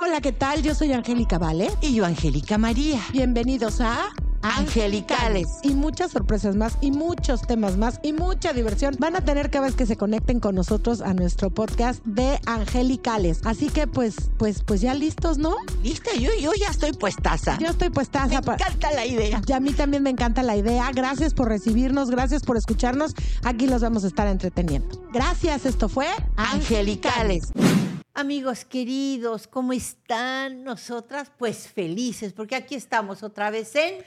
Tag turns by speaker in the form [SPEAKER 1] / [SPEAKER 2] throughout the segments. [SPEAKER 1] Hola, ¿qué tal? Yo soy Angélica Vale.
[SPEAKER 2] Y yo, Angélica María.
[SPEAKER 1] Bienvenidos a
[SPEAKER 2] Angelicales.
[SPEAKER 1] Y muchas sorpresas más, y muchos temas más, y mucha diversión van a tener cada vez que se conecten con nosotros a nuestro podcast de Angelicales. Así que pues, pues, pues ya listos, ¿no?
[SPEAKER 2] ¿Lista? Yo, yo ya estoy puestaza.
[SPEAKER 1] Yo estoy pues
[SPEAKER 2] Me
[SPEAKER 1] taza. pa-
[SPEAKER 2] encanta la idea.
[SPEAKER 1] Y a mí también me encanta la idea. Gracias por recibirnos, gracias por escucharnos. Aquí los vamos a estar entreteniendo. Gracias, esto fue
[SPEAKER 2] Angelicales.
[SPEAKER 3] Amigos queridos, ¿cómo están nosotras? Pues felices, porque aquí estamos otra vez en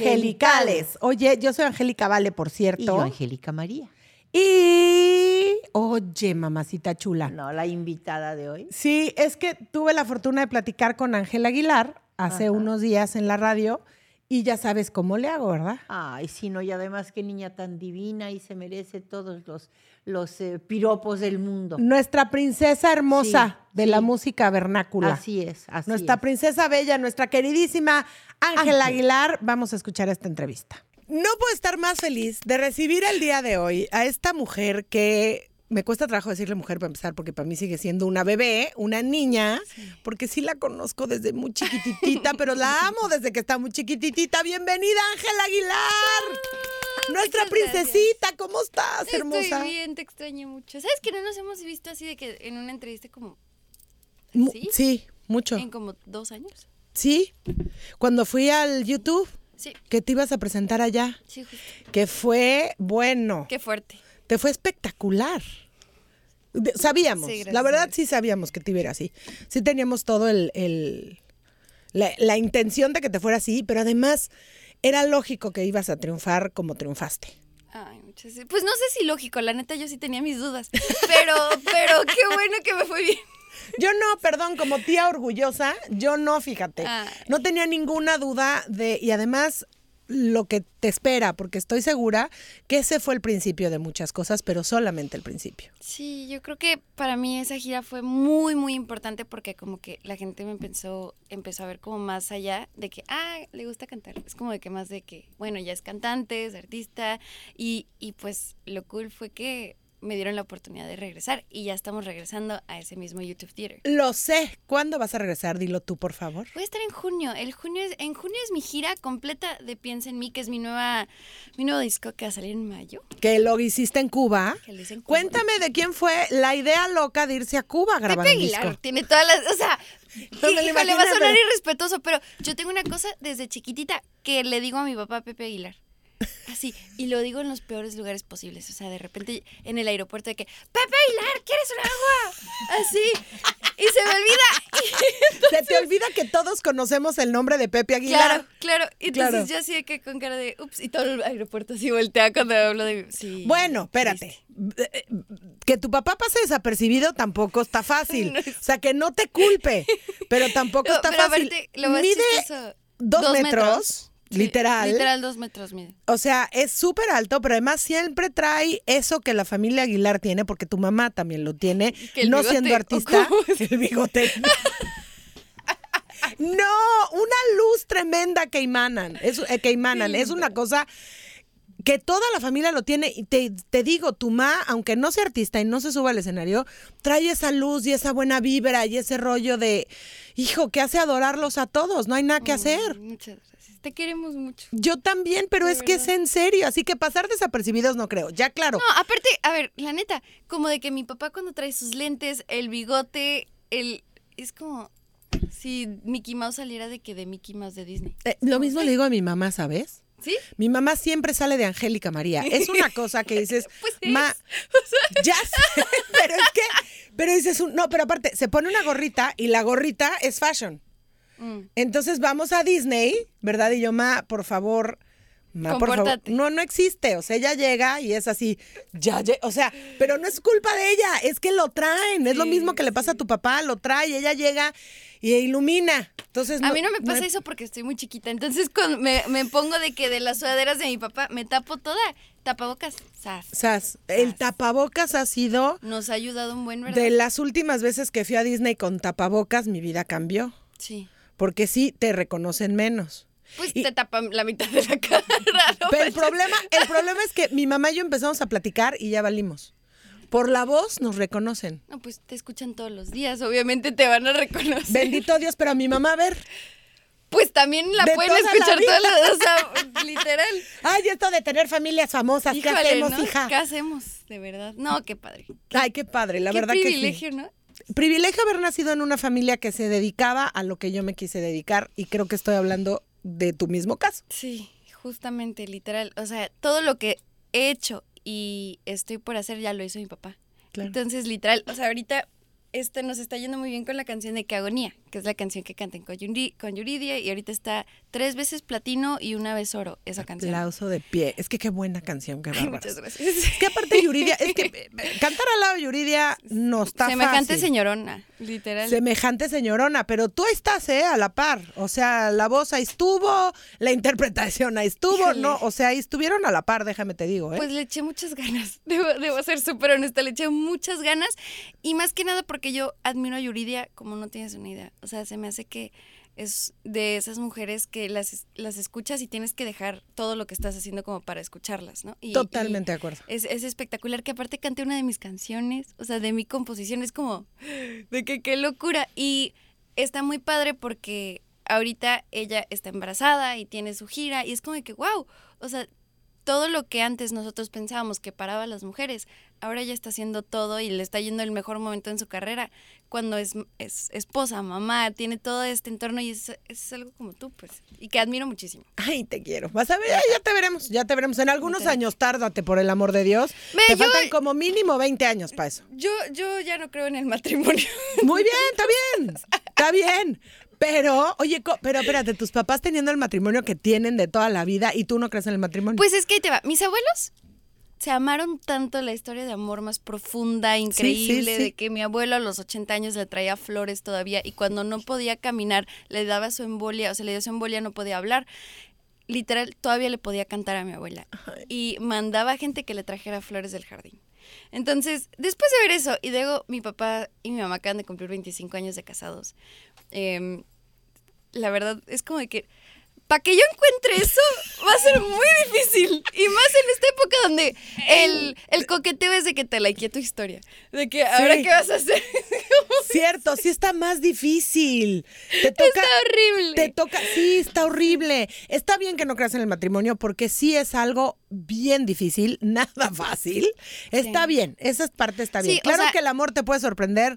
[SPEAKER 1] Angelicales. Oye, yo soy Angélica Vale, por cierto.
[SPEAKER 2] Y yo, Angélica María.
[SPEAKER 1] Y oye, mamacita chula.
[SPEAKER 3] No, la invitada de hoy.
[SPEAKER 1] Sí, es que tuve la fortuna de platicar con Ángela Aguilar hace unos días en la radio y ya sabes cómo le hago, ¿verdad?
[SPEAKER 3] Ay, sí, no, y además qué niña tan divina y se merece todos los, los eh, piropos del mundo.
[SPEAKER 1] Nuestra princesa hermosa
[SPEAKER 3] Sí,
[SPEAKER 1] de
[SPEAKER 3] sí.
[SPEAKER 1] la música vernácula.
[SPEAKER 3] Así es, así
[SPEAKER 1] Nuestra
[SPEAKER 3] es.
[SPEAKER 1] princesa bella, nuestra queridísima Ángela Aguilar, vamos a escuchar esta entrevista. No puedo estar más feliz de recibir el día de hoy a esta mujer que me cuesta trabajo decirle mujer para empezar, porque para mí sigue siendo una bebé, una niña, porque sí la conozco desde muy chiquititita, pero la amo desde que está muy chiquititita. Bienvenida, Ángela Aguilar. Nuestra
[SPEAKER 4] muchas gracias.
[SPEAKER 1] princesita, ¿cómo estás, hermosa?
[SPEAKER 4] Estoy bien, te extrañé mucho. ¿Sabes que no nos hemos visto así de que en una entrevista como
[SPEAKER 1] Mu-
[SPEAKER 4] ¿Sí?
[SPEAKER 1] Sí, mucho.
[SPEAKER 4] en como dos años?
[SPEAKER 1] Sí, cuando fui al YouTube,
[SPEAKER 4] Sí,
[SPEAKER 1] que te ibas a presentar allá.
[SPEAKER 4] sí, justo.
[SPEAKER 1] que fue bueno,
[SPEAKER 4] Qué fuerte.
[SPEAKER 1] te fue espectacular. De- Sabíamos,
[SPEAKER 4] Sí, gracias
[SPEAKER 1] la
[SPEAKER 4] a
[SPEAKER 1] verdad
[SPEAKER 4] Dios.
[SPEAKER 1] sí sabíamos que te iba a ir así. Sí teníamos todo el, el- la, la intención de que te fuera así, pero además era lógico que ibas a triunfar como triunfaste.
[SPEAKER 4] Ay, muchas gracias. Pues no sé si lógico, la neta yo sí tenía mis dudas, pero pero qué bueno que me fue bien.
[SPEAKER 1] Yo no, perdón, como tía orgullosa, yo no, fíjate.
[SPEAKER 4] Ay.
[SPEAKER 1] No tenía ninguna duda de, y además lo que te espera, porque estoy segura que ese fue el principio de muchas cosas, pero solamente el principio.
[SPEAKER 4] Sí, yo creo que para mí esa gira fue muy muy importante porque como que la gente me empezó empezó a ver como más allá de que ah, le gusta cantar. Es como de que más de que, bueno, ya es cantante, es artista y y pues lo cool fue que me dieron la oportunidad de regresar y ya estamos regresando a ese mismo YouTube Theater.
[SPEAKER 1] Lo sé. ¿Cuándo vas a regresar? Dilo tú, por favor.
[SPEAKER 4] Voy a estar en junio. El junio es- en junio es mi gira completa de Piensa en mí, que es mi nueva mi nuevo disco que va a salir en mayo.
[SPEAKER 1] Que lo hiciste en Cuba.
[SPEAKER 4] Que lo hice en Cuba.
[SPEAKER 1] Cuéntame de quién fue la idea loca de irse a Cuba a grabar
[SPEAKER 4] Pepe
[SPEAKER 1] un disco.
[SPEAKER 4] Aguilar tiene todas las. O sea,
[SPEAKER 1] No me lo
[SPEAKER 4] híjole,
[SPEAKER 1] imaginé,
[SPEAKER 4] va a sonar
[SPEAKER 1] pero-
[SPEAKER 4] irrespetuoso, pero yo tengo una cosa desde chiquitita que le digo a mi papá Pepe Aguilar. Así, y lo digo en los peores lugares posibles. O sea, de repente en el aeropuerto de que, Pepe Aguilar, ¿quieres un agua? Así. Y se me olvida.
[SPEAKER 1] Se te olvida que todos conocemos el nombre de Pepe
[SPEAKER 4] Claro,
[SPEAKER 1] Aguilar.
[SPEAKER 4] claro. Y entonces
[SPEAKER 1] Claro.
[SPEAKER 4] yo así de que con cara de, ups, y todo el aeropuerto así voltea cuando hablo de... Sí,
[SPEAKER 1] Bueno, espérate. Eh, eh, Que tu papá pase desapercibido tampoco está fácil. O sea, que no te culpe, pero tampoco
[SPEAKER 4] No,
[SPEAKER 1] está
[SPEAKER 4] pero
[SPEAKER 1] fácil.
[SPEAKER 4] aparte, lo más
[SPEAKER 1] Mide
[SPEAKER 4] chistoso,
[SPEAKER 1] dos,
[SPEAKER 4] dos
[SPEAKER 1] metros,
[SPEAKER 4] metros. Sí,
[SPEAKER 1] literal.
[SPEAKER 4] Literal dos metros, mide.
[SPEAKER 1] O sea, es súper alto, pero además siempre trae eso que la familia Aguilar tiene, porque tu mamá también lo tiene,
[SPEAKER 4] Que el
[SPEAKER 1] no
[SPEAKER 4] bigote,
[SPEAKER 1] siendo
[SPEAKER 4] ¿o
[SPEAKER 1] artista,
[SPEAKER 4] cómo es?
[SPEAKER 1] el bigote. No, una luz tremenda que imanan, es, eh, que imanan, es una cosa que toda la familia lo tiene. Y te, te digo, tu mamá, aunque no sea artista y no se suba al escenario, trae esa luz y esa buena vibra y ese rollo de, hijo, que hace adorarlos a todos, no hay nada que hacer.
[SPEAKER 4] Mm, Muchas gracias. Te queremos mucho.
[SPEAKER 1] Yo también, pero
[SPEAKER 4] De
[SPEAKER 1] es que es en serio, así que pasar desapercibidos no creo. Ya claro.
[SPEAKER 4] No, aparte, a ver, la neta, como de que mi papá cuando trae sus lentes, el bigote, el... Es como si Mickey Mouse saliera de que de Mickey Mouse de Disney.
[SPEAKER 1] Eh, lo mismo le digo a mi mamá, ¿sabes?
[SPEAKER 4] ¿Sí?
[SPEAKER 1] Mi mamá siempre sale de Angélica María. Es una cosa que dices,
[SPEAKER 4] Pues es.
[SPEAKER 1] ma, ya sé, pero es que, pero dices, un- no, pero aparte, se pone una gorrita y la gorrita es fashion.
[SPEAKER 4] Mm.
[SPEAKER 1] Entonces vamos a Disney, ¿verdad? Y yo, ma, por favor, ma, por favor.
[SPEAKER 4] Compórtate.
[SPEAKER 1] No, no existe. O sea, ella llega y es así, ya, lle- o sea, pero no es culpa de ella, es que lo traen. Es lo
[SPEAKER 4] Sí,
[SPEAKER 1] mismo que le pasa a tu papá, lo trae. Ella llega y y ilumina. Entonces,
[SPEAKER 4] A mí no me pasa
[SPEAKER 1] hay-
[SPEAKER 4] eso porque estoy muy chiquita. Entonces cuando me, me pongo de que de las sudaderas de mi papá me tapo toda. Tapabocas, zas.
[SPEAKER 1] Sas, el tapabocas ha sido
[SPEAKER 4] Nos ha ayudado un buen, ¿verdad?
[SPEAKER 1] de las últimas veces que fui a Disney con tapabocas, mi vida cambió.
[SPEAKER 4] Sí.
[SPEAKER 1] Porque sí te reconocen menos.
[SPEAKER 4] Pues
[SPEAKER 1] Y-
[SPEAKER 4] te tapan la mitad de la cara. ¿no?
[SPEAKER 1] Pero el problema, el problema es que mi mamá y yo empezamos a platicar y ya valimos. Por la voz nos reconocen.
[SPEAKER 4] No, pues te escuchan todos los días. Obviamente te van a reconocer.
[SPEAKER 1] Bendito Dios, pero a mi mamá, a ver.
[SPEAKER 4] Pues también la
[SPEAKER 1] De
[SPEAKER 4] pueden
[SPEAKER 1] toda la
[SPEAKER 4] escuchar
[SPEAKER 1] vida.
[SPEAKER 4] todas las. O sea, literal.
[SPEAKER 1] Ay, esto de tener familias famosas, ¿qué
[SPEAKER 4] Híjole,
[SPEAKER 1] hacemos,
[SPEAKER 4] ¿no?
[SPEAKER 1] hija?
[SPEAKER 4] ¿Qué hacemos? De verdad. No, qué padre.
[SPEAKER 1] Ay, qué padre, la
[SPEAKER 4] qué
[SPEAKER 1] verdad
[SPEAKER 4] privilegio, ¿no?
[SPEAKER 1] que sí. Privilegio haber nacido en una familia que se dedicaba a lo que yo me quise dedicar y creo que estoy hablando de tu mismo caso.
[SPEAKER 4] Sí, justamente, literal. O sea, todo lo que he hecho y estoy por hacer ya lo hizo mi papá.
[SPEAKER 1] Claro.
[SPEAKER 4] Entonces, literal, o sea, ahorita este nos está yendo muy bien con la canción de Que Agonía, que es la canción que cantan con, Yuri- con Yuridia y ahorita está tres veces platino y una vez oro esa canción.
[SPEAKER 1] Aplauso de pie. Es que qué buena canción, qué
[SPEAKER 4] Ay,
[SPEAKER 1] bárbara.
[SPEAKER 4] Muchas gracias.
[SPEAKER 1] Es que aparte Yuridia, es que eh, cantar al lado de Yuridia no está
[SPEAKER 4] Semejante
[SPEAKER 1] fácil.
[SPEAKER 4] señorona, literal.
[SPEAKER 1] Semejante señorona, pero tú ahí estás, ¿eh? A la par. O sea, la voz ahí estuvo, la interpretación ahí estuvo,
[SPEAKER 4] Híjole.
[SPEAKER 1] ¿no? O sea, ahí estuvieron a la par, déjame te digo, ¿eh?
[SPEAKER 4] Pues le eché muchas ganas, debo, debo ser súper honesta, le eché muchas ganas y más que nada porque yo admiro a Yuridia como no tienes una idea, o sea, se me hace que es de esas mujeres que las, es- las escuchas y tienes que dejar todo lo que estás haciendo como para escucharlas, ¿no? Y-
[SPEAKER 1] Totalmente de acuerdo.
[SPEAKER 4] y es, es espectacular que aparte cante una de mis canciones, o sea, de mi composición, es como, de que qué locura. Y está muy padre porque ahorita ella está embarazada y tiene su gira y es como de que, wow, o sea, todo lo que antes nosotros pensábamos que paraba a las mujeres, ahora ella está haciendo todo y le está yendo el mejor momento en su carrera, cuando es, es esposa, mamá, tiene todo este entorno y es, es algo como tú, pues, y que admiro muchísimo.
[SPEAKER 1] Ay, te quiero. Vas a ver, ay, ya te veremos, ya te veremos. En algunos
[SPEAKER 4] Muchas
[SPEAKER 1] años, tárdate, por el amor de Dios.
[SPEAKER 4] Ve,
[SPEAKER 1] te
[SPEAKER 4] yo-
[SPEAKER 1] faltan como mínimo 20 años para eso.
[SPEAKER 4] Yo, yo ya no creo en el matrimonio.
[SPEAKER 1] Muy bien, está bien, está bien. Pero, oye, co- pero espérate, tus papás teniendo el matrimonio que tienen de toda la vida y tú no crees en el matrimonio.
[SPEAKER 4] Pues es que ahí te va. Mis abuelos se amaron tanto la historia de amor más profunda, increíble,
[SPEAKER 1] sí.
[SPEAKER 4] de que mi abuelo a los 80 años le traía flores todavía y cuando no podía caminar le daba su embolia, o sea, le dio su embolia, no podía hablar. Literal, todavía le podía cantar a mi abuela. Y mandaba gente que le trajera flores del jardín. Entonces, después de ver eso, y luego mi papá y mi mamá acaban de cumplir 25 años de casados. em, la verdad es como de que para que yo encuentre eso va a ser muy difícil. Y más en esta época donde el, el coqueteo es de que te likeé tu historia. De que ahora
[SPEAKER 1] Sí.
[SPEAKER 4] qué vas a hacer.
[SPEAKER 1] Cierto, sí está más difícil. Te toca,
[SPEAKER 4] Está horrible.
[SPEAKER 1] Te toca, sí, está horrible. Está bien que no creas en el matrimonio porque sí es algo bien difícil, nada fácil. Está
[SPEAKER 4] Sí.
[SPEAKER 1] bien, esa parte está bien.
[SPEAKER 4] Sí, o
[SPEAKER 1] claro
[SPEAKER 4] sea-
[SPEAKER 1] que el amor te puede sorprender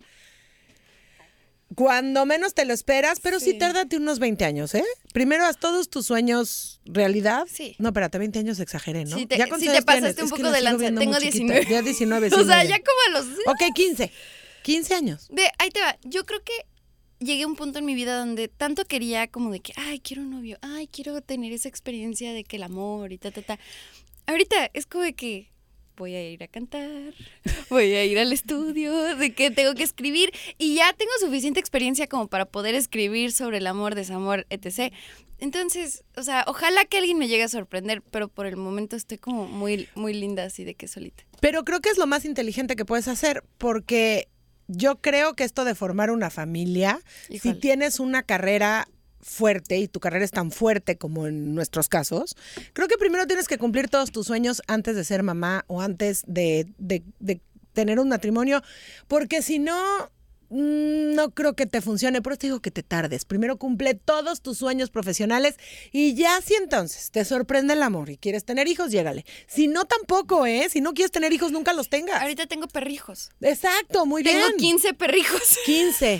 [SPEAKER 1] cuando menos te lo esperas, pero sí,
[SPEAKER 4] Sí.
[SPEAKER 1] tárdate unos 20 años, ¿eh? Primero haz todos tus sueños realidad.
[SPEAKER 4] Sí.
[SPEAKER 1] No, espérate, 20 años exageré, ¿no?
[SPEAKER 4] Sí te-
[SPEAKER 1] con
[SPEAKER 4] sí
[SPEAKER 1] seis
[SPEAKER 4] te
[SPEAKER 1] años
[SPEAKER 4] pasaste
[SPEAKER 1] tienes.
[SPEAKER 4] un
[SPEAKER 1] Es que la
[SPEAKER 4] poco de
[SPEAKER 1] sigo
[SPEAKER 4] lanza.
[SPEAKER 1] viendo muy
[SPEAKER 4] Tengo
[SPEAKER 1] chiquita.
[SPEAKER 4] 19.
[SPEAKER 1] Ya 19, sí.
[SPEAKER 4] o sea,
[SPEAKER 1] muy bien.
[SPEAKER 4] ya como a los...
[SPEAKER 1] Ok, 15. 15 años.
[SPEAKER 4] Ve, ahí te va. Yo creo que llegué a un punto en mi vida donde tanto quería como de que, ay, quiero un novio, ay, quiero tener esa experiencia de que el amor y ta, ta, ta. Ahorita es como de que voy a ir a cantar, voy a ir al estudio, de que tengo que escribir y ya tengo suficiente experiencia como para poder escribir sobre el amor, desamor, etc. Entonces, o sea, ojalá que alguien me llegue a sorprender, pero por el momento estoy como muy, muy linda así de que solita.
[SPEAKER 1] Pero creo que es lo más inteligente que puedes hacer, porque yo creo que esto de formar una familia,
[SPEAKER 4] Híjole.
[SPEAKER 1] si tienes una carrera fuerte y tu carrera es tan fuerte como en nuestros casos, creo que primero tienes que cumplir todos tus sueños antes de ser mamá o antes de, de- de tener un matrimonio, porque si no... mm, No creo que te funcione, por eso te digo que te tardes. Primero cumple todos tus sueños profesionales y ya si entonces te sorprende el amor y quieres tener hijos, llégale. Si no, tampoco, ¿eh? Si no quieres tener hijos, nunca los tengas.
[SPEAKER 4] Ahorita tengo perrijos.
[SPEAKER 1] Exacto, muy
[SPEAKER 4] Tengo
[SPEAKER 1] bien.
[SPEAKER 4] 15 perrijos.
[SPEAKER 1] 15.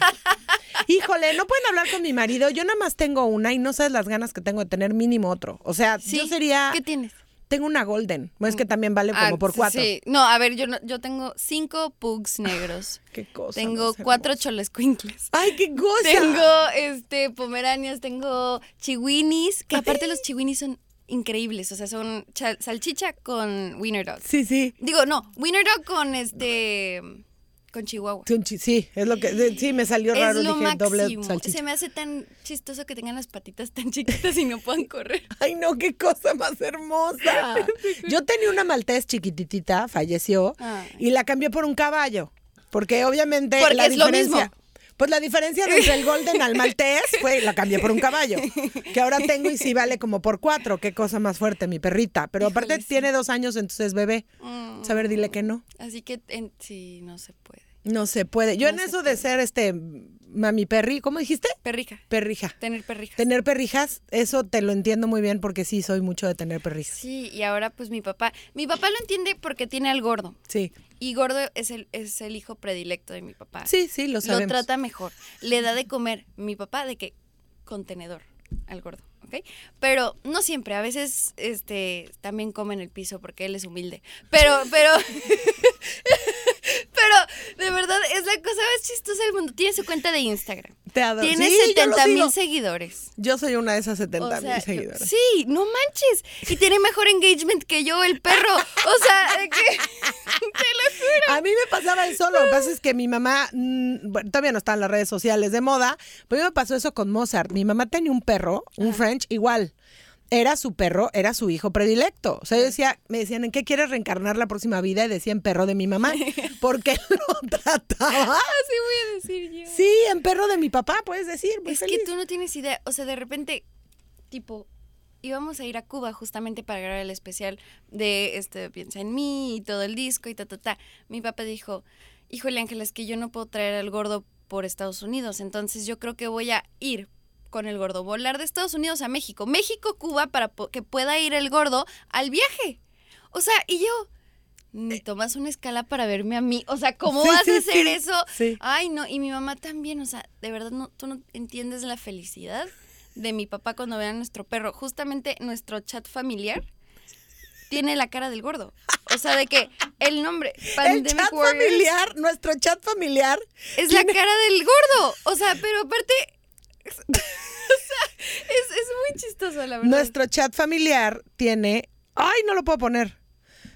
[SPEAKER 1] Híjole, no pueden hablar con mi marido. Yo nada más tengo una y no sabes las ganas que tengo de tener mínimo otro. O sea, yo sería.
[SPEAKER 4] ¿Qué tienes?
[SPEAKER 1] Tengo una golden. Bueno, es que también vale como
[SPEAKER 4] Ah,
[SPEAKER 1] por
[SPEAKER 4] sí,
[SPEAKER 1] cuatro.
[SPEAKER 4] Sí, no, a ver, yo, no- yo tengo cinco pugs negros.
[SPEAKER 1] Qué cosa.
[SPEAKER 4] tengo
[SPEAKER 1] más hermosa.
[SPEAKER 4] cuatro cholescuincles.
[SPEAKER 1] Ay, qué cosa.
[SPEAKER 4] Tengo este pomeranias, tengo chiwinis, que aparte los chiwinis son increíbles, o sea, son cha- salchicha con winner dog.
[SPEAKER 1] Sí, sí.
[SPEAKER 4] Digo, no, winner dog con este con Chihuahua.
[SPEAKER 1] Sí, un chi- Sí, es lo que. de- Sí, me salió
[SPEAKER 4] Es
[SPEAKER 1] raro.
[SPEAKER 4] lo
[SPEAKER 1] dije doble
[SPEAKER 4] máximo.
[SPEAKER 1] salchicha.
[SPEAKER 4] Se me hace tan chistoso que tengan las patitas tan chiquitas y no puedan correr.
[SPEAKER 1] Ay, no, qué cosa más hermosa. Yo tenía una maltés chiquititita, falleció,
[SPEAKER 4] Ay.
[SPEAKER 1] y la cambié por un caballo. Porque obviamente.
[SPEAKER 4] Ah. Porque
[SPEAKER 1] la
[SPEAKER 4] es lo
[SPEAKER 1] diferencia-
[SPEAKER 4] mismo.
[SPEAKER 1] Pues la diferencia de entre el Golden al Maltés fue la cambié por un caballo, que ahora tengo y sí vale como por cuatro. Qué cosa más fuerte, mi perrita. Pero aparte
[SPEAKER 4] Híjole, sí.
[SPEAKER 1] tiene dos años, entonces bebé.
[SPEAKER 4] Mm.
[SPEAKER 1] Saber, dile que no.
[SPEAKER 4] Así que en, sí, no se puede.
[SPEAKER 1] No se puede. Yo en eso de ser este mami perri, ¿cómo dijiste?
[SPEAKER 4] Perrija.
[SPEAKER 1] Perrija.
[SPEAKER 4] Tener perrijas.
[SPEAKER 1] Tener perrijas, eso te lo entiendo muy bien porque sí soy mucho de tener perrijas.
[SPEAKER 4] Sí, y ahora pues mi papá. Mi papá lo entiende porque tiene al gordo.
[SPEAKER 1] Sí.
[SPEAKER 4] Y gordo es el, es el hijo predilecto de mi papá.
[SPEAKER 1] Sí, sí, lo
[SPEAKER 4] Ah. lo
[SPEAKER 1] sabemos.
[SPEAKER 4] trata mejor. Le da de comer mi papá de que contenedor al gordo, ¿ok? Pero no siempre, a veces este también come en el piso porque él es humilde. Pero, pero, pero de verdad es la cosa más chistosa del mundo. Tiene su cuenta de Instagram.
[SPEAKER 1] Te adoro.
[SPEAKER 4] Tiene
[SPEAKER 1] Sí, yo lo
[SPEAKER 4] 70
[SPEAKER 1] sigo.
[SPEAKER 4] mil seguidores.
[SPEAKER 1] Yo soy una de esas 70
[SPEAKER 4] O sea,
[SPEAKER 1] mil seguidoras.
[SPEAKER 4] sí, no manches. Y tiene mejor engagement que yo, el perro. O sea, de que, te lo juro.
[SPEAKER 1] A mí me pasaba eso, lo que pasa es que mi mamá, mm, bueno, todavía no está en las redes sociales de moda, pero a mí me pasó eso con Mozart. Mi mamá tenía un perro, un French, igual. Era su perro, era su hijo predilecto. O sea, yo decía, me decían, ¿en qué quieres reencarnar la próxima vida? Y decían, perro de mi mamá, porque lo trataba.
[SPEAKER 4] Así voy a decir yo.
[SPEAKER 1] Sí, en perro de mi papá, puedes decir. Muy
[SPEAKER 4] Es
[SPEAKER 1] feliz.
[SPEAKER 4] que tú no tienes idea, o sea, de repente, tipo, íbamos a ir a Cuba justamente para grabar el especial de este Piensa en mí y todo el disco y ta, ta, ta. Mi papá dijo, híjole Ángela, es que yo no puedo traer al gordo por Estados Unidos, entonces yo creo que voy a ir con el gordo, volar de Estados Unidos a México, México, Cuba, para po- que pueda ir el gordo al viaje. O sea, y yo... Ni tomas una escala para verme a mí. O sea, ¿cómo
[SPEAKER 1] Eh. Sí,
[SPEAKER 4] vas
[SPEAKER 1] sí,
[SPEAKER 4] a hacer
[SPEAKER 1] sí,
[SPEAKER 4] eso?
[SPEAKER 1] sí.
[SPEAKER 4] Ay, no, y mi mamá también, o sea, de verdad no, tú no entiendes la felicidad de mi papá cuando vean a nuestro perro. Justamente nuestro chat familiar tiene la cara del gordo. O sea, de que el nombre
[SPEAKER 1] El
[SPEAKER 4] Pandemic
[SPEAKER 1] chat
[SPEAKER 4] Warriors
[SPEAKER 1] familiar, nuestro chat familiar.
[SPEAKER 4] es la cara del gordo. O sea, pero aparte es- o sea, es, es muy chistoso, la verdad.
[SPEAKER 1] Nuestro chat familiar tiene. ¡Ay, no lo puedo poner!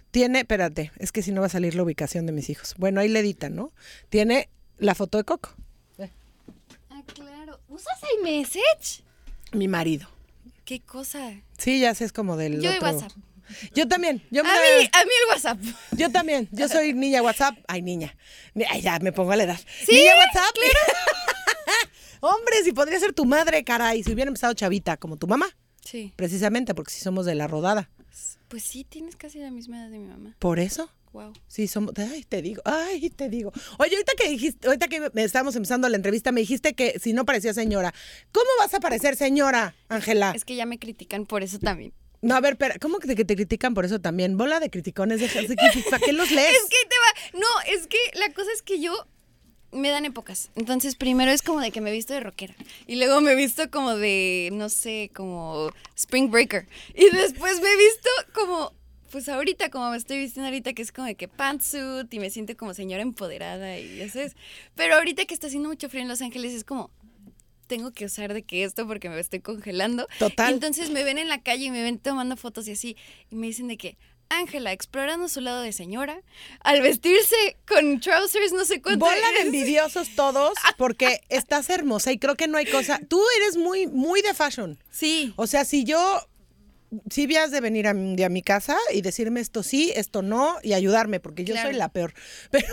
[SPEAKER 1] Tiene, espérate, es que si no va a salir la ubicación de mis hijos. Bueno, ahí le editan, ¿no? Tiene la foto de Coco,
[SPEAKER 4] Ah, claro. ¿Usas el message?
[SPEAKER 1] mi marido.
[SPEAKER 4] Qué cosa.
[SPEAKER 1] Sí, ya sé, es como del.
[SPEAKER 4] Yo de
[SPEAKER 1] otro-
[SPEAKER 4] WhatsApp.
[SPEAKER 1] Yo también,
[SPEAKER 4] A
[SPEAKER 1] yo me-
[SPEAKER 4] mí, a mí el WhatsApp.
[SPEAKER 1] Yo también, yo soy niña WhatsApp. Ay, niña. Ni- Ay, ya me pongo a la edad. Niña WhatsApp. Hombre, si podría ser tu madre, caray, si hubiera empezado chavita como tu mamá,
[SPEAKER 4] Sí.
[SPEAKER 1] precisamente, porque si somos de la rodada.
[SPEAKER 4] Pues sí, tienes casi la misma edad de mi mamá.
[SPEAKER 1] Por eso.
[SPEAKER 4] Wow.
[SPEAKER 1] Sí, somos. Ay, te digo, ay, te digo. Oye, ahorita que dijiste, ahorita que me- estábamos empezando la entrevista, me dijiste que si no parecía señora. ¿Cómo vas a parecer señora, Ángela?
[SPEAKER 4] Es que ya me critican por eso también.
[SPEAKER 1] No, a ver, pero, ¿cómo que te, que te critican por eso también? Bola de criticones, deja- de- ¿para qué los lees?
[SPEAKER 4] Es que te va. No, es que la cosa es que yo me dan épocas. Entonces, primero es como de que me he visto de rockera. Y luego me he visto como de, no sé, como Spring Breaker. Y después me he visto como. Pues ahorita, como me estoy vistiendo ahorita, que es como de que pantsuit y me siento como señora empoderada y ya sabes. Pero ahorita que está haciendo mucho frío en Los Ángeles, es como, tengo que usar de que esto porque me estoy congelando.
[SPEAKER 1] Total.
[SPEAKER 4] Y entonces me ven en la calle y me ven tomando fotos y así. Y me dicen de que, Ángela, explorando su lado de señora, al vestirse con trousers, no sé cuánto.
[SPEAKER 1] Bola de
[SPEAKER 4] es".
[SPEAKER 1] envidiosos todos, porque estás hermosa y creo que no hay cosa. Tú eres muy, muy de fashion.
[SPEAKER 4] Sí.
[SPEAKER 1] O sea, si yo. Si habías de venir a, mi- de a mi casa y decirme esto sí, esto no y ayudarme, porque yo
[SPEAKER 4] Claro.
[SPEAKER 1] soy la peor. Pero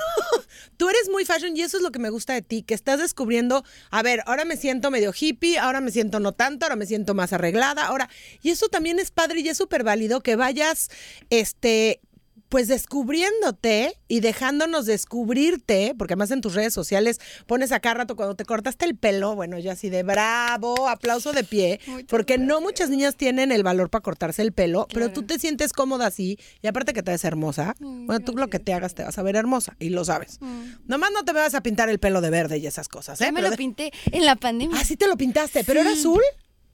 [SPEAKER 1] tú eres muy fashion y eso es lo que me gusta de ti, que estás descubriendo, a ver, ahora me siento medio hippie, ahora me siento no tanto, ahora me siento más arreglada, ahora. Y eso también es padre y es súper válido que vayas, este. Pues descubriéndote y dejándonos descubrirte, porque además en tus redes sociales pones acá rato cuando te cortaste el pelo, bueno, yo así de bravo, aplauso de pie,
[SPEAKER 4] Muchas
[SPEAKER 1] porque no muchas niñas tienen el valor para cortarse el pelo, pero tú te sientes cómoda así, y aparte que te ves hermosa,
[SPEAKER 4] Mm,
[SPEAKER 1] bueno, tú lo que te hagas te vas a ver hermosa, y lo sabes. Nomás no te vas a pintar el pelo de verde y esas cosas, ¿eh?
[SPEAKER 4] Ya me
[SPEAKER 1] Pero
[SPEAKER 4] lo
[SPEAKER 1] de-
[SPEAKER 4] pinté en la pandemia.
[SPEAKER 1] Ah, sí te lo pintaste, pero era azul,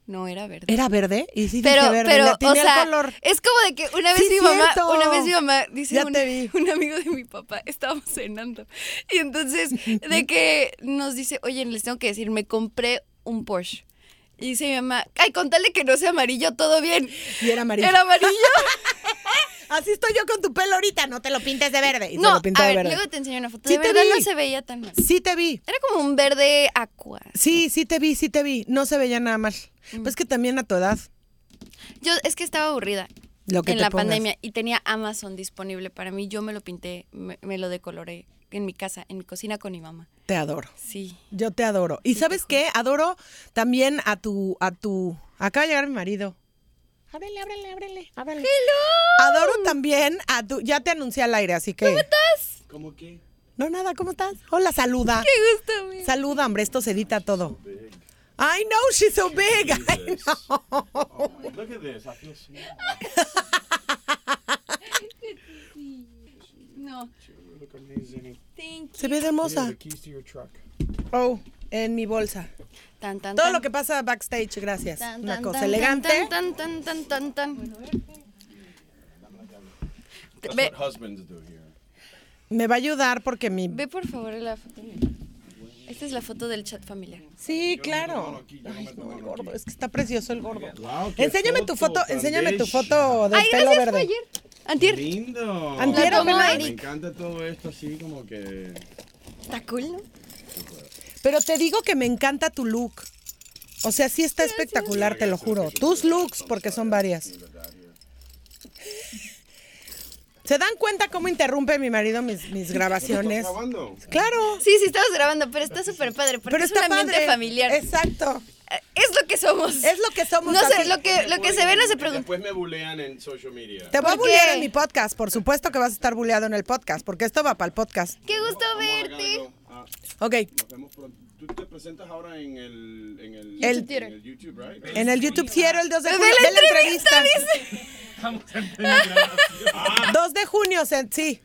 [SPEAKER 4] No, era verde.
[SPEAKER 1] era verde, y sí
[SPEAKER 4] pero,
[SPEAKER 1] dije verde, le
[SPEAKER 4] pero, o
[SPEAKER 1] atiné al
[SPEAKER 4] sea,
[SPEAKER 1] color.
[SPEAKER 4] es como de que una vez
[SPEAKER 1] Sí,
[SPEAKER 4] mi mamá,
[SPEAKER 1] cierto.
[SPEAKER 4] una vez mi mamá, dice
[SPEAKER 1] Ya
[SPEAKER 4] un,
[SPEAKER 1] te vi.
[SPEAKER 4] un amigo de mi papá, estábamos cenando, y entonces de que nos dice, oye, les tengo que decir, me compré un Porsche. Y dice mi mamá, ay, contale que no sea amarillo, todo bien.
[SPEAKER 1] Y era amarillo.
[SPEAKER 4] Era amarillo.
[SPEAKER 1] Así estoy yo con tu pelo ahorita, no te lo pintes de verde. Y se
[SPEAKER 4] No,
[SPEAKER 1] lo pinta
[SPEAKER 4] a
[SPEAKER 1] de
[SPEAKER 4] ver,
[SPEAKER 1] verde.
[SPEAKER 4] luego te enseño una foto.
[SPEAKER 1] Sí
[SPEAKER 4] de
[SPEAKER 1] te
[SPEAKER 4] verdad
[SPEAKER 1] vi.
[SPEAKER 4] no se veía tan mal.
[SPEAKER 1] Sí te vi.
[SPEAKER 4] Era como un verde aqua.
[SPEAKER 1] Sí, sí te vi, sí te vi. No se veía nada mal.
[SPEAKER 4] Mm.
[SPEAKER 1] Pues que también a tu edad,
[SPEAKER 4] Yo es que estaba aburrida
[SPEAKER 1] lo que
[SPEAKER 4] en
[SPEAKER 1] te
[SPEAKER 4] la
[SPEAKER 1] pongas.
[SPEAKER 4] pandemia y tenía Amazon disponible para mí. Yo me lo pinté, me, me lo decoloré en mi casa, en mi cocina con mi mamá.
[SPEAKER 1] Te adoro.
[SPEAKER 4] Sí.
[SPEAKER 1] Yo te adoro. ¿Y sabes qué? Adoro también a tu, a tu. Acaba de llegar mi marido. Ábrele, ábrele, ábrele, ábrele. Adoro también a tu. Ya te anuncié al aire, así que. ¿Cómo estás? ¿Cómo qué? No, nada, ¿cómo estás? Hola, saluda.
[SPEAKER 4] Qué gusto, amigo.
[SPEAKER 1] Saluda, hombre, esto se edita todo. I know she's so big. I know.
[SPEAKER 5] Look at this. I feel so.
[SPEAKER 4] No.
[SPEAKER 5] You look amazing.
[SPEAKER 4] Thank you.
[SPEAKER 1] Se ve de
[SPEAKER 5] Here are
[SPEAKER 1] hermosa.
[SPEAKER 5] the keys to your truck.
[SPEAKER 1] Oh, en mi bolsa.
[SPEAKER 4] Tan, tan,
[SPEAKER 1] Todo
[SPEAKER 4] tan,
[SPEAKER 1] lo que pasa backstage, gracias.
[SPEAKER 4] tan,
[SPEAKER 1] Una
[SPEAKER 4] tan,
[SPEAKER 1] cosa
[SPEAKER 4] tan,
[SPEAKER 1] elegante.
[SPEAKER 4] Tan, tan, tan, tan, tan, tan. Te-
[SPEAKER 5] That's
[SPEAKER 4] Ve,
[SPEAKER 5] what husbands do here.
[SPEAKER 1] Me va a ayudar porque mi.
[SPEAKER 4] ve por favor la foto. Esta es la foto del chat familiar.
[SPEAKER 1] Sí, claro. Ay, no, el gordo. Es que está precioso el gordo.
[SPEAKER 5] Guau, qué
[SPEAKER 1] enséñame tu foto,
[SPEAKER 5] foto tan
[SPEAKER 1] enséñame tu
[SPEAKER 5] bella.
[SPEAKER 1] foto del
[SPEAKER 4] Ay,
[SPEAKER 1] pelo
[SPEAKER 4] gracias, fue
[SPEAKER 1] verde.
[SPEAKER 4] ayer. Antier.
[SPEAKER 5] Lindo.
[SPEAKER 1] Antier,
[SPEAKER 4] La tomó
[SPEAKER 5] me
[SPEAKER 4] Eric.
[SPEAKER 5] encanta todo esto así como que.
[SPEAKER 4] Está cool, ¿no?
[SPEAKER 1] Pero te digo que me encanta tu look. O sea, sí está espectacular, te lo juro. Tus looks, porque son varias. ¿Se dan cuenta cómo interrumpe mi marido mis, mis grabaciones?
[SPEAKER 5] ¿Estás grabando?
[SPEAKER 1] Claro.
[SPEAKER 4] Sí, sí, estamos grabando, pero está súper padre porque
[SPEAKER 1] Pero
[SPEAKER 4] es
[SPEAKER 1] está
[SPEAKER 4] un ambiente
[SPEAKER 1] padre.
[SPEAKER 4] familiar. Es,
[SPEAKER 1] Exacto.
[SPEAKER 4] lo que somos.
[SPEAKER 1] Es lo que somos
[SPEAKER 4] No sé,
[SPEAKER 1] aquí.
[SPEAKER 4] lo que, lo que se ve no se pregunta.
[SPEAKER 5] Después me bulean en social media.
[SPEAKER 1] Te voy a
[SPEAKER 4] ¿Por
[SPEAKER 1] bullear
[SPEAKER 4] qué?
[SPEAKER 1] en mi podcast. Por supuesto que vas a estar bulleado en el podcast, porque esto va para el podcast.
[SPEAKER 4] ¡Qué gusto
[SPEAKER 5] Acá
[SPEAKER 4] verte!
[SPEAKER 5] vengo. Ah,
[SPEAKER 1] Ok.
[SPEAKER 5] nos vemos pronto. Tú te presentas ahora en el. En el,
[SPEAKER 1] El-
[SPEAKER 5] en el YouTube, right?
[SPEAKER 1] En el YouTube Fiero el 2 de
[SPEAKER 4] Ve
[SPEAKER 1] junio.
[SPEAKER 4] la
[SPEAKER 1] Ve la entrevista.
[SPEAKER 4] dice.
[SPEAKER 1] 2 de junio, se- sí.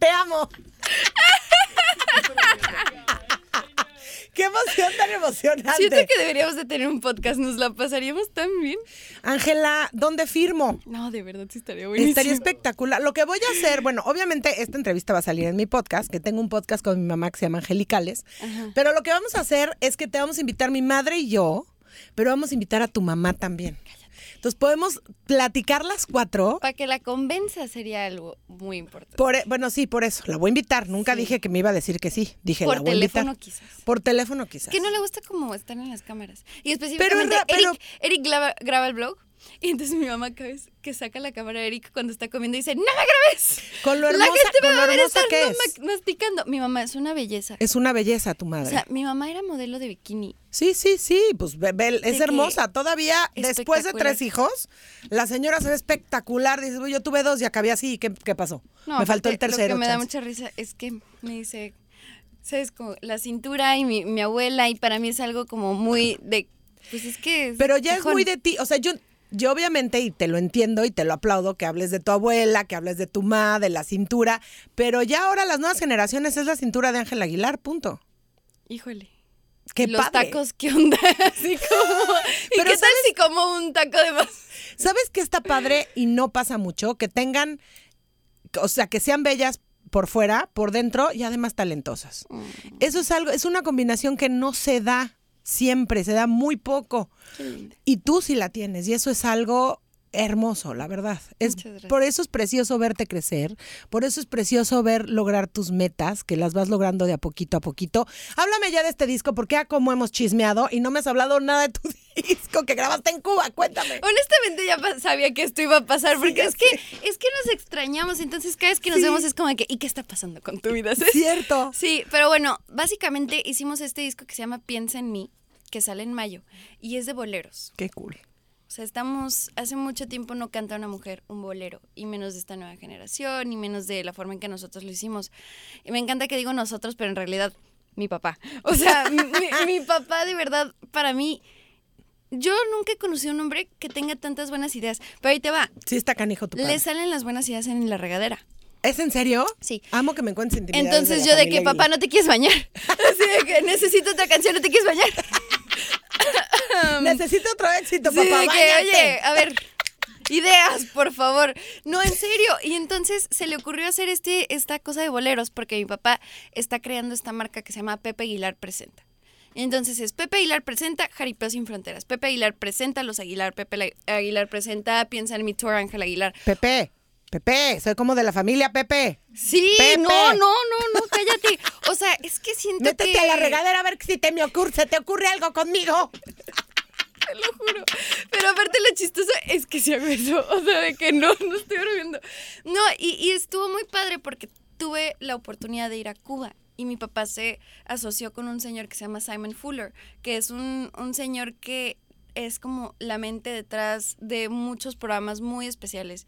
[SPEAKER 1] Te amo. Qué emoción tan
[SPEAKER 4] Siento
[SPEAKER 1] emocionante.
[SPEAKER 4] que deberíamos de tener un podcast, nos la pasaríamos tan bien.
[SPEAKER 1] Ángela, ¿dónde firmo?
[SPEAKER 4] No, de verdad sí estaría buenísimo.
[SPEAKER 1] Estaría espectacular. Lo que voy a hacer, bueno, obviamente esta entrevista va a salir en mi podcast, que tengo un podcast con mi mamá que se llama Angelicales. Pero lo que vamos a hacer es que te vamos a invitar mi madre y yo, pero vamos a invitar a tu mamá también. Entonces podemos platicar las cuatro.
[SPEAKER 4] Para que la convenza sería algo muy importante.
[SPEAKER 1] Por, e, bueno, sí, por eso. La voy a invitar. Nunca dije que me iba a decir que sí. Dije,
[SPEAKER 4] Por
[SPEAKER 1] la voy a invitar.
[SPEAKER 4] teléfono, quizás.
[SPEAKER 1] Por teléfono quizás.
[SPEAKER 4] Que no le gusta como estar en las cámaras. Y específicamente,
[SPEAKER 1] ra- pero-
[SPEAKER 4] Eric, Eric graba, graba el blog. Y entonces mi mamá cada vez que saca la cámara de Eric cuando está comiendo dice, ¡No me grabes!
[SPEAKER 1] Con lo
[SPEAKER 4] la
[SPEAKER 1] hermosa-
[SPEAKER 4] gente me
[SPEAKER 1] con
[SPEAKER 4] va a
[SPEAKER 1] lo
[SPEAKER 4] ver
[SPEAKER 1] hermosa
[SPEAKER 4] estar
[SPEAKER 1] que
[SPEAKER 4] no
[SPEAKER 1] es.
[SPEAKER 4] ma- masticando. Mi mamá es una belleza.
[SPEAKER 1] Es una belleza tu madre.
[SPEAKER 4] O sea, mi mamá era modelo de bikini.
[SPEAKER 1] sí, sí, sí. Pues ve- ve- es
[SPEAKER 4] que
[SPEAKER 1] hermosa. Todavía después de tres hijos, la señora se ve espectacular. Dice, "Uy, yo tuve dos y acabé así. ¿Y ¿Qué, qué pasó?
[SPEAKER 4] No,
[SPEAKER 1] me faltó el
[SPEAKER 4] aparte,
[SPEAKER 1] tercero.
[SPEAKER 4] Lo que me da
[SPEAKER 1] chance".
[SPEAKER 4] mucha risa es que me dice, ¿sabes? Como la cintura y mi, mi abuela, y para mí es algo como muy de. Pues es que. es
[SPEAKER 1] Pero ya es
[SPEAKER 4] cajón.
[SPEAKER 1] muy de ti. O sea, yo, yo obviamente, y te lo entiendo y te lo aplaudo, que hables de tu abuela, que hables de tu madre, de la cintura. Pero ya ahora las nuevas generaciones es la cintura de Ángel Aguilar, punto.
[SPEAKER 4] Híjole.
[SPEAKER 1] Qué
[SPEAKER 4] Los
[SPEAKER 1] padre.
[SPEAKER 4] tacos, ¿qué onda? Así como. ¿Y
[SPEAKER 1] Pero
[SPEAKER 4] qué tal si como un taco de más?
[SPEAKER 1] ¿Sabes qué está padre y no pasa mucho? Que tengan, o sea, que sean bellas por fuera, por dentro y además talentosas. Eso es algo, es una combinación que no se da siempre, se da muy poco. Y tú sí la tienes y eso es algo hermoso, la verdad. Es
[SPEAKER 4] Muchas gracias.
[SPEAKER 1] por eso es precioso verte crecer, por eso es precioso ver lograr tus metas, que las vas logrando de a poquito a poquito. Háblame ya de este disco porque a cómo hemos chismeado y no me has hablado nada de tu disco que grabaste en Cuba, cuéntame.
[SPEAKER 4] Honestamente ya pa- sabía que esto iba a pasar, porque es que es que nos extrañamos, entonces cada vez que nos vemos es como que, ¿y qué está pasando con tu vida? ¿Sabes?
[SPEAKER 1] Cierto.
[SPEAKER 4] Sí, pero bueno, básicamente hicimos este disco que se llama Piensa en mí, que sale en mayo, y es de boleros.
[SPEAKER 1] Qué cool.
[SPEAKER 4] O sea, estamos, hace mucho tiempo no canta una mujer un bolero, y menos de esta nueva generación, y menos de la forma en que nosotros lo hicimos. Y me encanta que digo nosotros, pero en realidad, mi papá. O sea, mi, mi papá de verdad, para mí, yo nunca he conocido un hombre que tenga tantas buenas ideas. Pero ahí te va,
[SPEAKER 1] Sí está canijo tu padre.
[SPEAKER 4] le salen las buenas ideas en la regadera.
[SPEAKER 1] ¿Es en serio?
[SPEAKER 4] Sí.
[SPEAKER 1] Amo que me encuentres intimidades
[SPEAKER 4] Entonces yo de que papá no te quieres bañar. Así de que necesito otra canción, no te quieres bañar.
[SPEAKER 1] Necesito otro éxito,
[SPEAKER 4] mm. Sí,
[SPEAKER 1] papá,
[SPEAKER 4] de que,
[SPEAKER 1] báñate.
[SPEAKER 4] oye, a ver, ideas, por favor. No, en serio. Y entonces se le ocurrió hacer este, esta cosa de boleros porque mi papá está creando esta marca que se llama Pepe Aguilar Presenta. Entonces es Pepe Aguilar presenta Jaripeo sin Fronteras, Pepe Aguilar presenta Los Aguilar, Pepe La- Aguilar presenta Piensa en mi tour, Ángel Aguilar.
[SPEAKER 1] Pepe, Pepe, soy como de la familia, Pepe.
[SPEAKER 4] Sí,
[SPEAKER 1] Pepe.
[SPEAKER 4] no, no, no, no, cállate. O sea, es que siento
[SPEAKER 1] Métete
[SPEAKER 4] que...
[SPEAKER 1] a la regadera a ver si te me ocurre, se te ocurre algo conmigo.
[SPEAKER 4] Te lo juro. Pero aparte lo chistoso es que se hago eso. O sea, de que no, no estoy bromeando. No, y, y estuvo muy padre porque tuve la oportunidad de ir a Cuba. Y mi papá se asoció con un señor que se llama Simon Fuller, que es un, un señor que es como la mente detrás de muchos programas muy especiales.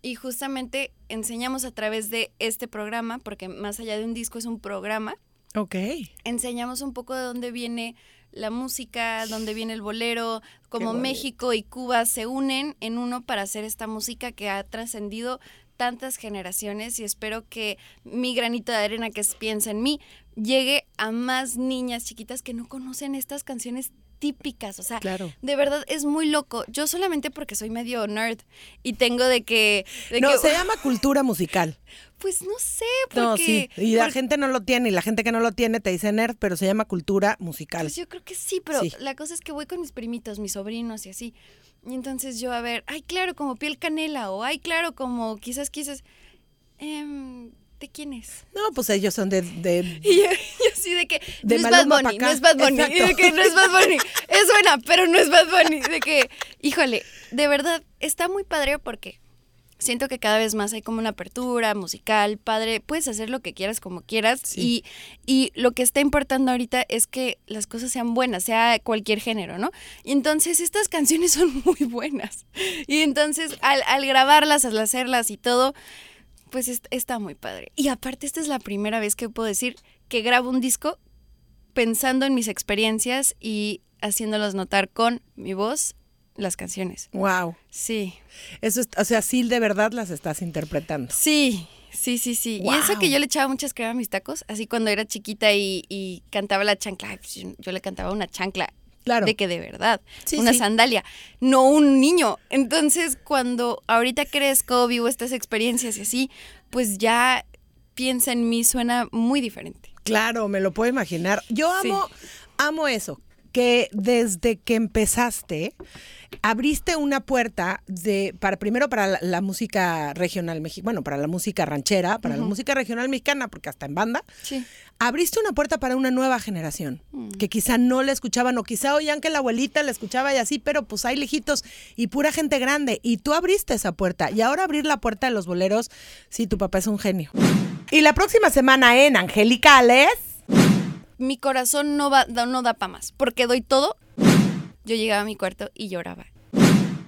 [SPEAKER 4] Y justamente enseñamos a través de este programa, porque más allá de un disco es un programa,
[SPEAKER 1] Ok.
[SPEAKER 4] enseñamos un poco de dónde viene la música, dónde viene el bolero, cómo México y Cuba se unen en uno para hacer esta música que ha trascendido tantas generaciones y espero que mi granito de arena que es Piensa en mí llegue a más niñas chiquitas que no conocen estas canciones típicas, o sea,
[SPEAKER 1] Claro.
[SPEAKER 4] de verdad es muy loco. Yo solamente porque soy medio nerd y tengo de que, de
[SPEAKER 1] No,
[SPEAKER 4] que, uh,
[SPEAKER 1] se llama cultura musical.
[SPEAKER 4] pues no sé, porque
[SPEAKER 1] No, sí. Y la
[SPEAKER 4] porque-
[SPEAKER 1] gente no lo tiene, y la gente que no lo tiene te dice nerd, pero se llama cultura musical.
[SPEAKER 4] Pues yo creo que sí, pero
[SPEAKER 1] Sí.
[SPEAKER 4] la cosa es que voy con mis primitos, mis sobrinos y así. Y entonces yo, a ver, ay, claro, como piel canela, o ay, claro, como quizás, quizás. em, ¿De quién es?
[SPEAKER 1] No, pues ellos son de. de-
[SPEAKER 4] Y yo, yo así de que
[SPEAKER 1] De
[SPEAKER 4] no es
[SPEAKER 1] Maluma
[SPEAKER 4] Bad Bunny,
[SPEAKER 1] pa'
[SPEAKER 4] no
[SPEAKER 1] acá.
[SPEAKER 4] es Bad Bunny, y de
[SPEAKER 1] Exacto.
[SPEAKER 4] que no es Bad Bunny. Es buena, pero no es Bad Bunny. De que, híjole, de verdad, está muy padre porque siento que cada vez más hay como una apertura musical, padre, puedes hacer lo que quieras como quieras
[SPEAKER 1] Sí.
[SPEAKER 4] y, y lo que está importando ahorita es que las cosas sean buenas, sea cualquier género, ¿no? Y entonces estas canciones son muy buenas y entonces al, al grabarlas, al hacerlas y todo, pues es- está muy padre. Y aparte esta es la primera vez que puedo decir que grabo un disco pensando en mis experiencias y haciéndolos notar con mi voz las canciones.
[SPEAKER 1] Wow.
[SPEAKER 4] Sí.
[SPEAKER 1] Eso es- o sea, sí, de verdad las estás interpretando.
[SPEAKER 4] Sí, sí, sí, sí. Y eso que yo le echaba muchas crema a mis tacos, así cuando era chiquita y, y cantaba la chancla, ay, pues, yo, yo le cantaba una chancla.
[SPEAKER 1] Claro.
[SPEAKER 4] De que de verdad,
[SPEAKER 1] Sí,
[SPEAKER 4] una
[SPEAKER 1] sí.
[SPEAKER 4] sandalia, no un niño. Entonces, cuando ahorita crezco, vivo estas experiencias y así, pues ya piensa en mí, suena muy diferente.
[SPEAKER 1] Claro, me lo puedo imaginar. Yo
[SPEAKER 4] Sí.
[SPEAKER 1] amo, amo eso, que desde que empezaste abriste una puerta de para primero para la, la música regional mexicana, bueno, para la música ranchera, para la música regional mexicana, porque hasta en banda
[SPEAKER 4] Sí.
[SPEAKER 1] abriste una puerta para una nueva generación que quizá no la escuchaban o quizá oían que la abuelita la escuchaba y así, pero pues hay lejitos y pura gente grande y tú abriste esa puerta y ahora abrir la puerta de los boleros, sí, tu papá es un genio. Y la próxima semana en Angelicales.
[SPEAKER 4] Mi corazón no, va, da- no da para más, porque doy todo. Yo llegaba a mi cuarto y lloraba.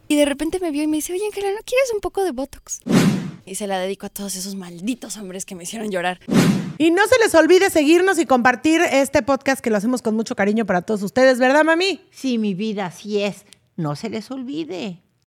[SPEAKER 4] Y de repente me vio y me dice, oye Ángela, ¿no quieres un poco de Botox? Y se la dedico a todos esos malditos hombres que me hicieron llorar.
[SPEAKER 1] Y no se les olvide seguirnos y compartir este podcast que lo hacemos con mucho cariño para todos ustedes, ¿verdad, mami?
[SPEAKER 3] Sí, mi vida, así es. No se les olvide.